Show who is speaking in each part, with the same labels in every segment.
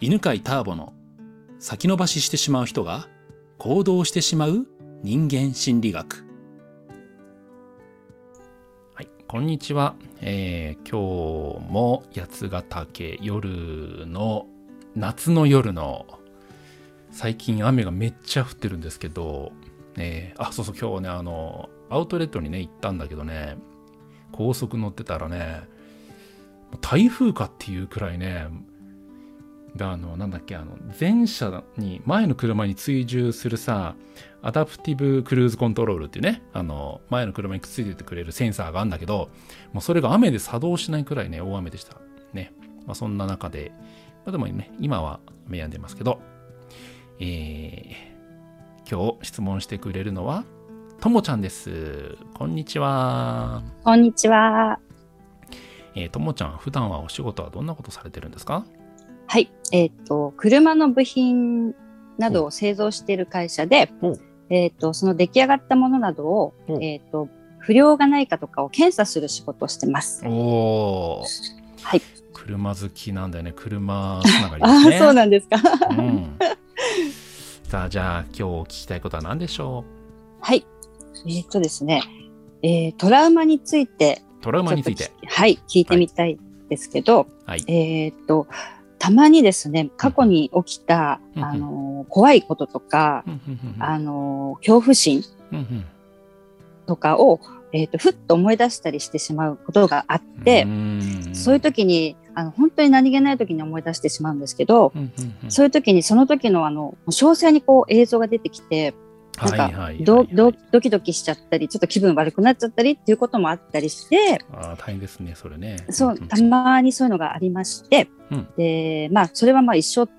Speaker 1: 犬飼ターボの先延ばししてしまう人が行動してしまう人間心理学。はい、こんにちは。えー今日も八ヶ岳夜の夏の夜の最近雨がめっちゃ降ってるんですけど、えーあ、そうそう、今日ね、あの、アウトレットにね、行ったんだけどね、高速乗ってたらね、台風かっていうくらいね、であのなんだっけあの前車に前の車に追従するさアダプティブクルーズコントロールっていうねあの前の車にくっついててくれるセンサーがあるんだけどもうそれが雨で作動しないくらいね大雨でしたね、まあ、そんな中で、まあ、でもね今は雨止んでますけどえー、今日質問してくれるのはともちゃんですこんにちは
Speaker 2: こんにちは。
Speaker 1: えーともちゃん普段はお仕事はどんなことされてるんですか
Speaker 2: はい。えっ、と、車の部品などを製造している会社で
Speaker 1: おう、
Speaker 2: えっ、と、その出来上がったものなどを
Speaker 1: お、
Speaker 2: えっ、と、不良がないかとかを検査する仕事をしてます。
Speaker 1: おお
Speaker 2: はい。
Speaker 1: 車好きなんだよね車つながりで
Speaker 2: あ
Speaker 1: す
Speaker 2: あ、
Speaker 1: ね
Speaker 2: そうな んですか。
Speaker 1: うんさあじゃあ今日聞きたいことは何でしょ
Speaker 2: はい。えっ、とですね、えートラウマについて、
Speaker 1: うトラウマについ
Speaker 2: ち
Speaker 1: て
Speaker 2: ょっと聞きはい、聞いてみたいですけど、
Speaker 1: はい
Speaker 2: えっ、と、たまにですね、過去に起きた、
Speaker 1: うんうん
Speaker 2: あのー怖いこととか、
Speaker 1: うんうん
Speaker 2: あのー恐怖心
Speaker 1: うんうん
Speaker 2: とかを、えー、とふっと思い出したりしてしまうことがあっ
Speaker 1: うん
Speaker 2: て、
Speaker 1: ん
Speaker 2: そういう時にあの本当に何気ない時に思い出してしまうんですけど、
Speaker 1: うんうんうん
Speaker 2: そういう時にその時のあの詳細にこう映像が出てきてなんか
Speaker 1: はいはいはい
Speaker 2: ど
Speaker 1: はい
Speaker 2: どドキドキしちゃったりちょっと気分悪くなっちゃったりっていうこともあったりして
Speaker 1: ああ大変ですねそれね
Speaker 2: そう
Speaker 1: うん
Speaker 2: たまにそういうのがありまして、
Speaker 1: うん
Speaker 2: でまあ、それはまあ一生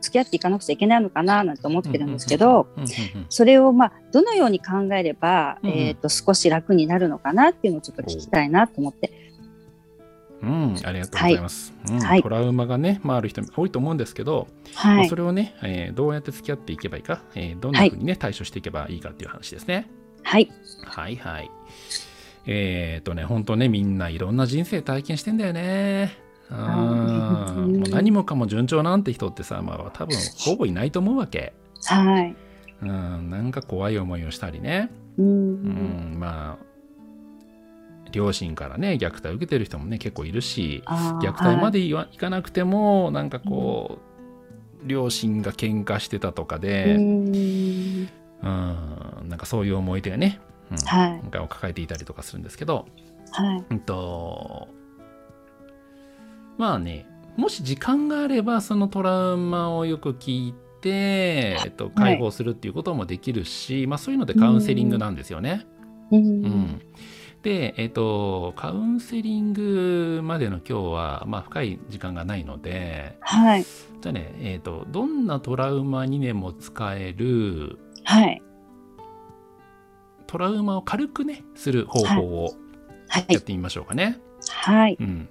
Speaker 2: 付き合っていかなくちゃいけないのかななんて思ってるんですけど。
Speaker 1: うんうんうん
Speaker 2: それをまあどのように考えれば、
Speaker 1: うんうん
Speaker 2: えっ、と少し楽になるのかなっていうのをちょっと聞きたいなと思って、
Speaker 1: うん、ありがとうございます、うん
Speaker 2: はい
Speaker 1: トラウマがね、まあ、ある人多いと思うんですけど、ま
Speaker 2: は
Speaker 1: あ
Speaker 2: い
Speaker 1: そ、れをね、えーどうやって付き合っていけばいいか、えーどんなふうにね、対処していけばいいかっていう話ですね。
Speaker 2: はい、
Speaker 1: はいはい。えっ、とね、ほんとね、みんないろんな人生体験してんだよね。うん
Speaker 2: あー
Speaker 1: もう何もかも順調なんて人ってさ、まあ、多分ほぼいないと思うわけ。
Speaker 2: はい、
Speaker 1: うん、なんか怖い思いをしたりね。
Speaker 2: う、
Speaker 1: うんん、まあ、両親からね、虐待を受けてる人もね、結構いるし、
Speaker 2: あー
Speaker 1: 虐待までいわいかなくてもなんかこう、両親が喧嘩してたとか
Speaker 2: はい、う
Speaker 1: で、
Speaker 2: ん、
Speaker 1: うん、なんかそういう思い出がね、うん
Speaker 2: はい、
Speaker 1: なんかを抱えていたりとかするんですけど、
Speaker 2: はい、
Speaker 1: うんと、まあねもし時間があればそのトラウマをよく聞いて。えっと、解放するっていうこともできるし、まあ、そういうのでカウンセリングなんですよね。
Speaker 2: う、
Speaker 1: うんん、で、えっとカウンセリングまでの今日は、まあ、深い時間がないので
Speaker 2: はい、
Speaker 1: じゃあね、えっとどんなトラウマにでも使える
Speaker 2: はい、
Speaker 1: トラウマを軽くねする方法を
Speaker 2: は
Speaker 1: やっ
Speaker 2: い、
Speaker 1: てみましょうかね。
Speaker 2: はい、
Speaker 1: うん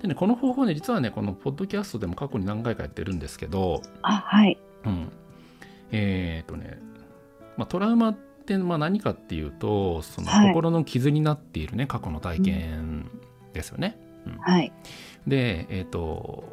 Speaker 1: でね、この方法ね実はねこのポッドキャストでも過去に何回かやってるんですけど、
Speaker 2: あ、はい、
Speaker 1: うん、えっ、とね、まあ、トラウマってまあ何かっていうとその
Speaker 2: はい
Speaker 1: 心の傷になっているね過去の体験ですよね。
Speaker 2: はい、
Speaker 1: でえっ、と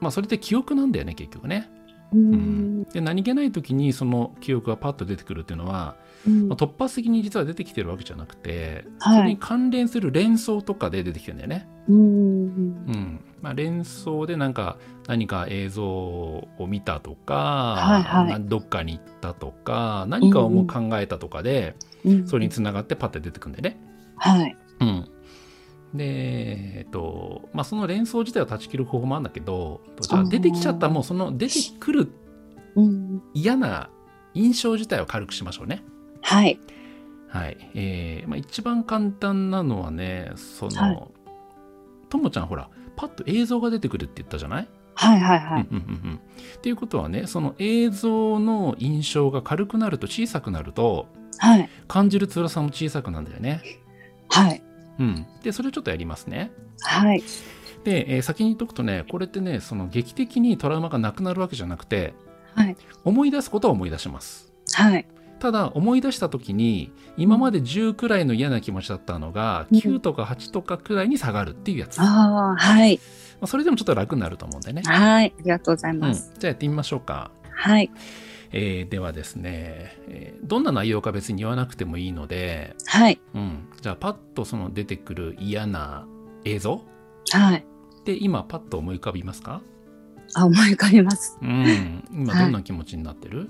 Speaker 1: まあそれって記憶なんだよね結局ね。
Speaker 2: う
Speaker 1: うん
Speaker 2: ん、
Speaker 1: で何気ない時にその記憶がパッと出てくるっていうのは、
Speaker 2: うん
Speaker 1: まあ、突発的に実は出てきてるわけじゃなくて、
Speaker 2: はい
Speaker 1: それに関連する連想とかで出てきてるんだよね。
Speaker 2: うん、
Speaker 1: うんまあ、連想でなんか何か映像を見たとか、
Speaker 2: いはい
Speaker 1: などっかに行ったとか何かをもう考えたとかで、
Speaker 2: うん
Speaker 1: それにつながってパッて出てくるんだよね。
Speaker 2: はい、
Speaker 1: うん、で、えっとまあ、その連想自体を断ち切る方法もあるんだけどじゃあ
Speaker 2: あー
Speaker 1: 出てきちゃったもうその出てくる
Speaker 2: うん、
Speaker 1: 嫌な印象自体を軽くしましょうね。
Speaker 2: はい、
Speaker 1: はいえーまあ、一番簡単なのはねその、
Speaker 2: はい
Speaker 1: ともちゃんほらパッと映像が出てくるって言ったじゃない
Speaker 2: はい、はい、はい、
Speaker 1: うんうんうんうんっていうことはねその映像の印象が軽くなると小さくなると
Speaker 2: はい、
Speaker 1: 感じる辛さも小さくなるんだよね。
Speaker 2: はい、
Speaker 1: うん、でそれをちょっとやりますね。
Speaker 2: はい、
Speaker 1: で、えー先に言っとくとねこれってねその劇的にトラウマがなくなるわけじゃなくて
Speaker 2: はい、
Speaker 1: 思い出すことは思い出します。
Speaker 2: はい、
Speaker 1: ただ思い出した時に今まで10くらいの嫌な気持ちだったのが
Speaker 2: うん
Speaker 1: 9とか8とかくらいに下がるっていうやつ。
Speaker 2: ああ、はい、
Speaker 1: あそれでもちょっと楽になると思うんでね。
Speaker 2: はい。ありがとうござい
Speaker 1: うん、じ
Speaker 2: ま
Speaker 1: ゃ
Speaker 2: す。
Speaker 1: あやってみましょうか。
Speaker 2: はい。
Speaker 1: えーではですね、えーどんな内容か別に言わなくてもいいので、
Speaker 2: はい。
Speaker 1: うん、じゃあパッとその出てくる嫌な映像
Speaker 2: はい。
Speaker 1: って今パッと思い浮かびますか
Speaker 2: あ、思い浮かびます。
Speaker 1: うん、今
Speaker 2: はい
Speaker 1: どんな気持ちになってる、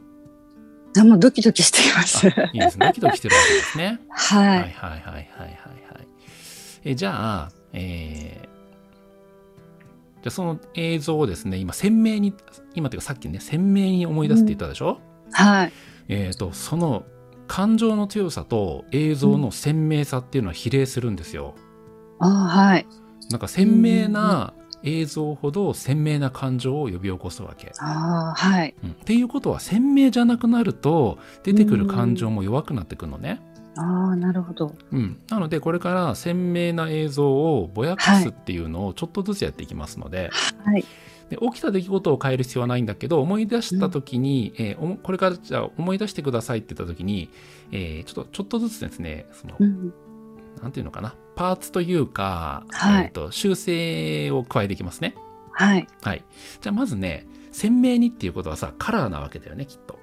Speaker 2: あ、もうドキドキしてきます。
Speaker 1: あいいですね。ドキドキしてるわけですね。
Speaker 2: は
Speaker 1: はいはい
Speaker 2: い。
Speaker 1: はいはいはいはい。えじゃあ、えーじゃあその映像をですね、今鮮明に、今というかさっきね、鮮明に思い出すって言ったでしょ、
Speaker 2: はい。
Speaker 1: えっ、と、その感情の強さと映像の鮮明さっていうのは比例するんですよ。
Speaker 2: あ、はい。
Speaker 1: なんか鮮明な映像ほど鮮明な感情を呼び起こすわけ。
Speaker 2: あ、はい。
Speaker 1: うんっていうことは鮮明じゃなくなると出てくる感情も弱くなってくるのね。
Speaker 2: あ、なるほど。
Speaker 1: うん、なのでこれから鮮明な映像をぼやかすっていうのをちょっとずつやっていきますので,、
Speaker 2: はい。
Speaker 1: で起きた出来事を変える必要はないんだけど思い出した時に、えーおもこれからじゃあ思い出してくださいって言った時に、えーちょっとちょっとずつですねその、
Speaker 2: うん。
Speaker 1: なんていうのかなパーツというか、
Speaker 2: はい
Speaker 1: えーと修正を加えていきますね。
Speaker 2: はい。
Speaker 1: はい、じゃあまずね鮮明にっていうことはさカラーなわけだよねきっと。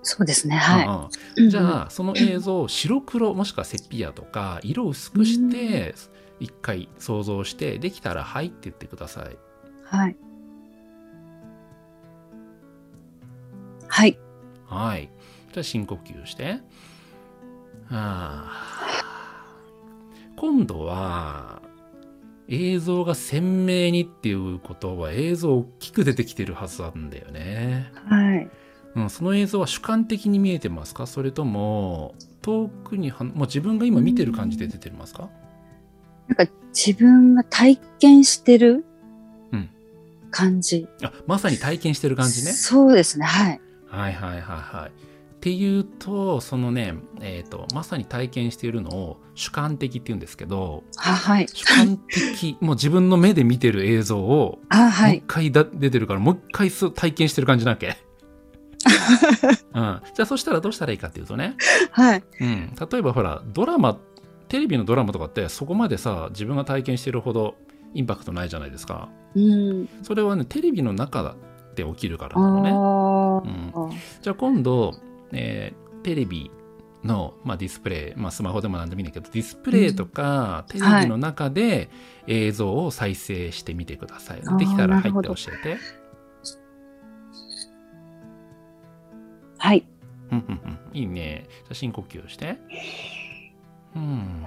Speaker 2: そうですね。
Speaker 1: うん
Speaker 2: は
Speaker 1: うん
Speaker 2: い。
Speaker 1: じゃあその映像を白黒もしくはセピアとか色を薄くして一回想像してできたら「はい」って言ってください。
Speaker 2: うん。はい。はい。
Speaker 1: はい。じゃあ深呼吸して。あー今度は映像が鮮明にっていうことは映像大きく出てきてるはずなんだよね。
Speaker 2: はい。
Speaker 1: うん、その映像は主観的に見えてますかそれとも遠くにはもう自分が今見てる感じで出てますか
Speaker 2: 自分が体験してる
Speaker 1: うん
Speaker 2: 感じ。
Speaker 1: あまさに体験してる感じね。
Speaker 2: そうですね。はい。
Speaker 1: はいはいはいはい。っていうとそのね、えー、とまさに体験しているのを主観的って言うんですけど
Speaker 2: あ、はい。
Speaker 1: 主観 的もう自分の目で見てる映像を
Speaker 2: あ、
Speaker 1: も
Speaker 2: は
Speaker 1: う一
Speaker 2: い。
Speaker 1: 回だ、出てるからもう一回そう体験してる感じなわ け。うん、じゃあそしたらどうしたらいいかっていうとね、
Speaker 2: はい。
Speaker 1: うん、例えばほらドラマテレビのドラマとかってそこまでさ自分が体験してるほどインパクトないじゃないですか
Speaker 2: うん。
Speaker 1: それはねテレビの中で起きるからなのね。
Speaker 2: あ
Speaker 1: うん
Speaker 2: あ。
Speaker 1: じゃあ今度、えーテレビの、まあ、ディスプレイ、まあ、スマホでも何でもいいんだけどディスプレイとか、テレビの中で映像を再生してみてください、
Speaker 2: あー
Speaker 1: できたら
Speaker 2: な
Speaker 1: 入っ
Speaker 2: るほ
Speaker 1: て
Speaker 2: ど
Speaker 1: 教えて
Speaker 2: はい。
Speaker 1: うんうんうんいいねじゃあ深呼吸をしてうん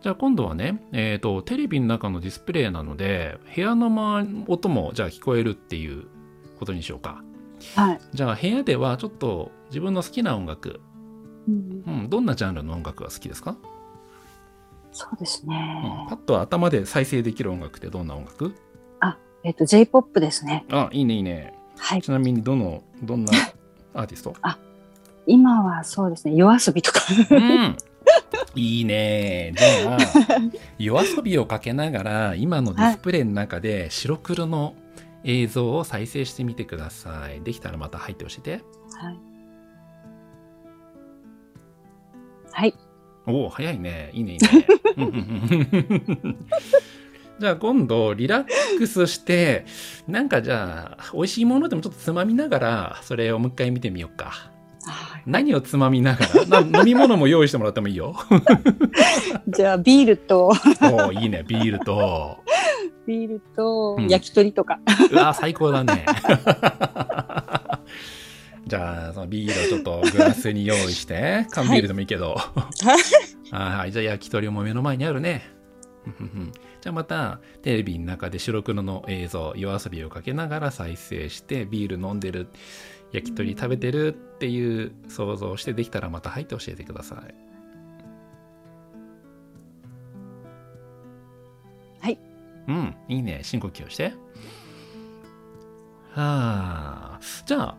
Speaker 1: じゃあ今度はね、えーとテレビの中のディスプレイなので部屋の周りの音もじゃあ聞こえるっていうことにしようか
Speaker 2: はい。
Speaker 1: じゃあ部屋ではちょっと自分の好きな音楽、
Speaker 2: うん
Speaker 1: うん、どんなジャンルの音楽が好きですか
Speaker 2: そうです
Speaker 1: うん
Speaker 2: ね。
Speaker 1: パッと頭で再生できる音楽ってどんな音楽
Speaker 2: えっと、J-POP ですね。
Speaker 1: あいいねいいね
Speaker 2: はい。
Speaker 1: ちなみにどのど んなアーティスト
Speaker 2: 今はそうですね。夜遊びとか。
Speaker 1: うんいいねじ ゃあ夜遊びをかけながら今のディスプレイの中で白黒の映像を再生してみてくださいできたらまた入って教えて
Speaker 2: はい。はい。
Speaker 1: おお早いねいいねいいねうんうんうんじゃあ今度リラックスしてなんかじゃあ美味しいものでもちょっとつまみながらそれをもう一回見てみようか
Speaker 2: はい
Speaker 1: 何をつまみながらな飲み物も用意してもらってもいいよ
Speaker 2: じゃあ、ビールと、
Speaker 1: おおいいねビールと
Speaker 2: ビールと
Speaker 1: うん、
Speaker 2: 焼き鳥とか。
Speaker 1: うわ最高だね じゃあそのビールをちょっとグラスに用意して缶ビールでもいいけど はいはいじゃあ焼き鳥も目の前にあるね ふんふんふんじゃあまたテレビの中で白黒の映像夜遊びをかけながら再生してビール飲んでる焼き鳥食べてるっていう想像をしてできたらまた入って教えてください
Speaker 2: はい
Speaker 1: うんいいね深呼吸をしてはあじゃあ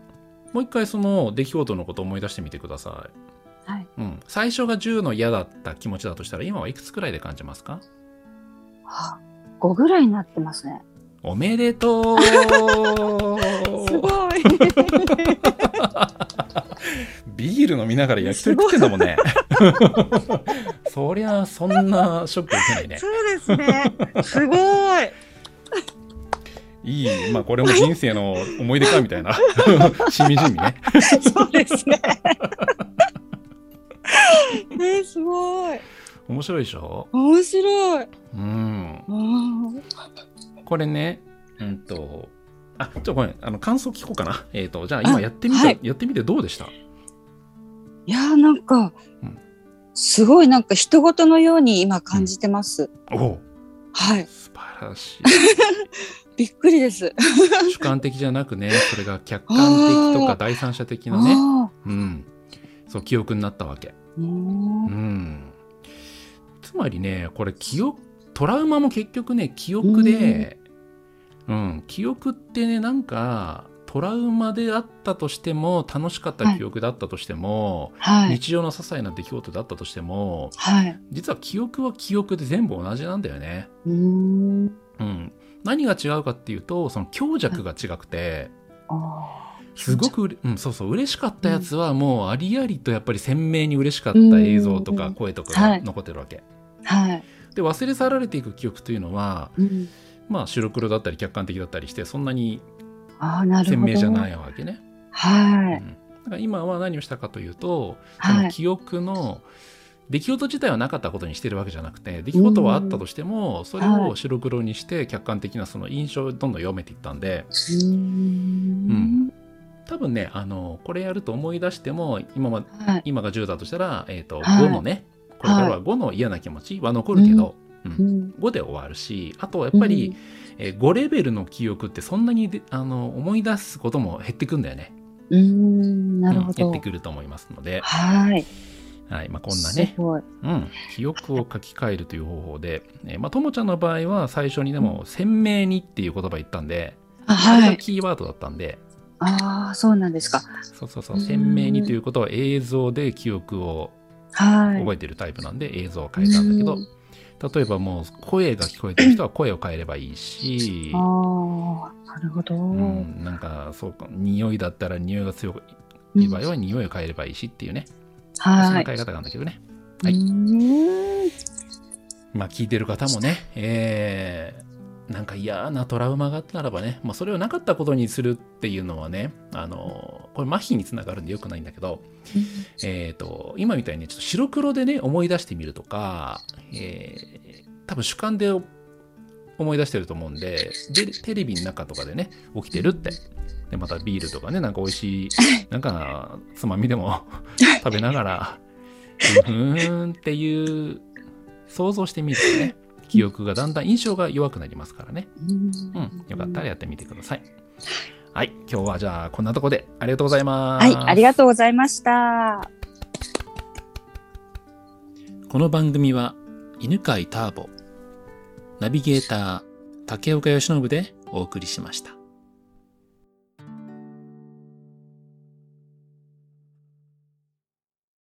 Speaker 1: もう一回その出来事のことを思い出してみてくださ
Speaker 2: はい。
Speaker 1: い、うん、最初が10の嫌だった気持ちだとしたら今はいくつくらいで感じますか
Speaker 2: あ5ぐらいになってますね。
Speaker 1: おめでとう
Speaker 2: い。
Speaker 1: ビール飲みながら焼き鳥食ってんだもんねそりゃそんなショック受けないね
Speaker 2: そうですね。すごい。
Speaker 1: いい、まあこれも人生の思い出かみたいな。 しみじみね。
Speaker 2: そうですね。 え、すごい。
Speaker 1: 面白いでしょ
Speaker 2: 面白い。
Speaker 1: うん。
Speaker 2: うん
Speaker 1: これね、うんと、あ、ちょっとごめん、あの、感想聞こうかな。えっ、と、じゃあ
Speaker 2: あ
Speaker 1: 今やってみて、
Speaker 2: はい
Speaker 1: やってみてどうでした
Speaker 2: いやー、なんか
Speaker 1: うん、
Speaker 2: すごいなんか人事のように今感じてます。
Speaker 1: おう
Speaker 2: はい。
Speaker 1: 素晴らしい。
Speaker 2: びっくりです。
Speaker 1: 主観的じゃなく ね、それが客観的と
Speaker 2: あ
Speaker 1: か
Speaker 2: ー
Speaker 1: 第三者的なね、
Speaker 2: あ
Speaker 1: うん。そう、記憶になったわけ。
Speaker 2: ーうん
Speaker 1: うん。つまりね、これ記憶、トラウマも結局ね、記憶で、うん、記憶ってね、なんか、トラウマであったとしても、楽しかった記憶だったとしても、
Speaker 2: はい。
Speaker 1: 日常の些細な出来事だったとしても、
Speaker 2: はい。
Speaker 1: 実は記憶は記憶で全部同じなんだよね。
Speaker 2: うーん。
Speaker 1: うん。何が違うかっていうと、その強弱が違くて、
Speaker 2: あ
Speaker 1: すごくうれ、うん、そうそう、嬉しかったやつはもうありありとやっぱり鮮明に嬉しかった映像と
Speaker 2: うんうん
Speaker 1: か
Speaker 2: うん
Speaker 1: 声とか
Speaker 2: は
Speaker 1: が
Speaker 2: い
Speaker 1: 残ってるわけ。
Speaker 2: ーはい。
Speaker 1: で、忘れ去られていく記憶というのは、
Speaker 2: うん
Speaker 1: まあ白黒だったり客観的だったりして、そんなに
Speaker 2: ああ、なるほ
Speaker 1: 鮮
Speaker 2: ど。
Speaker 1: 明じゃないわけね。
Speaker 2: は
Speaker 1: う
Speaker 2: い。
Speaker 1: んだから今は何をしたかというと、そ
Speaker 2: は
Speaker 1: の
Speaker 2: い。
Speaker 1: 記憶の出来事自体はなかったことにしてるわけじゃなくて出来事はあったとしてもそれを白黒にして客観的なその印象をどんどん読めていったんで
Speaker 2: うーん。
Speaker 1: 多分ねあのこれやると思い出しても今ま
Speaker 2: はい。
Speaker 1: 今が10だとしたら、えーと
Speaker 2: はい
Speaker 1: 5のねこれからは5の嫌な気持ちは残るけど、
Speaker 2: うん。
Speaker 1: 5で終わるしあとやっぱり、えー5レベルの記憶ってそんなにであの思い出すことも減ってくんだよね
Speaker 2: うん、うーん、なるほど。
Speaker 1: うん減ってくると思いますので、
Speaker 2: はい。
Speaker 1: はいまあ、こんなね
Speaker 2: すごい。
Speaker 1: うん、記憶を書き換えるという方法で、えーまあ、ともちゃんの場合は最初にでも鮮明にっていう言葉言ったんで、
Speaker 2: あ、
Speaker 1: あ
Speaker 2: は
Speaker 1: れが
Speaker 2: い。
Speaker 1: キーワードだったんで、
Speaker 2: ああ、そうなんですか。
Speaker 1: そうそうそうう、
Speaker 2: ん
Speaker 1: 鮮明にということは映像で記憶を
Speaker 2: はい。
Speaker 1: 覚えてるタイプなんで映像を変えたんだけど
Speaker 2: うん、
Speaker 1: 例えばもう声が聞こえてる人は声を変えればいいし、
Speaker 2: ああ、なるほど。
Speaker 1: う、
Speaker 2: うん
Speaker 1: なんかそうか、匂いだったら匂いが強い場
Speaker 2: ん
Speaker 1: 合は匂いを変えればいいしっていうね、そん
Speaker 2: は。
Speaker 1: ない変え方なんだけどね。はいう
Speaker 2: ーん
Speaker 1: まあ、聞いてる方もね、えーなんか嫌なトラウマがあったならばね、まあ、それをなかったことにするっていうのはね、あのこれ麻痺につながるんでよくないんだけど、えー、と今みたいにちょっと白黒でね思い出してみるとか、えー多分主観で思い出してると思うんででテレビの中とかでね起きてるってでまたビールとかねなんか美味 しいなんかつまみでも 食べながらうーんっていう想像してみるとね記憶がだんだん印象が弱くなりますからね、うん、よかったらやってみてください。はい今日はじゃあこんなとこでありがとうございます。
Speaker 2: はい、ありがとうございました。
Speaker 1: この番組は犬飼ターボナビゲーター竹岡由伸でお送りしました。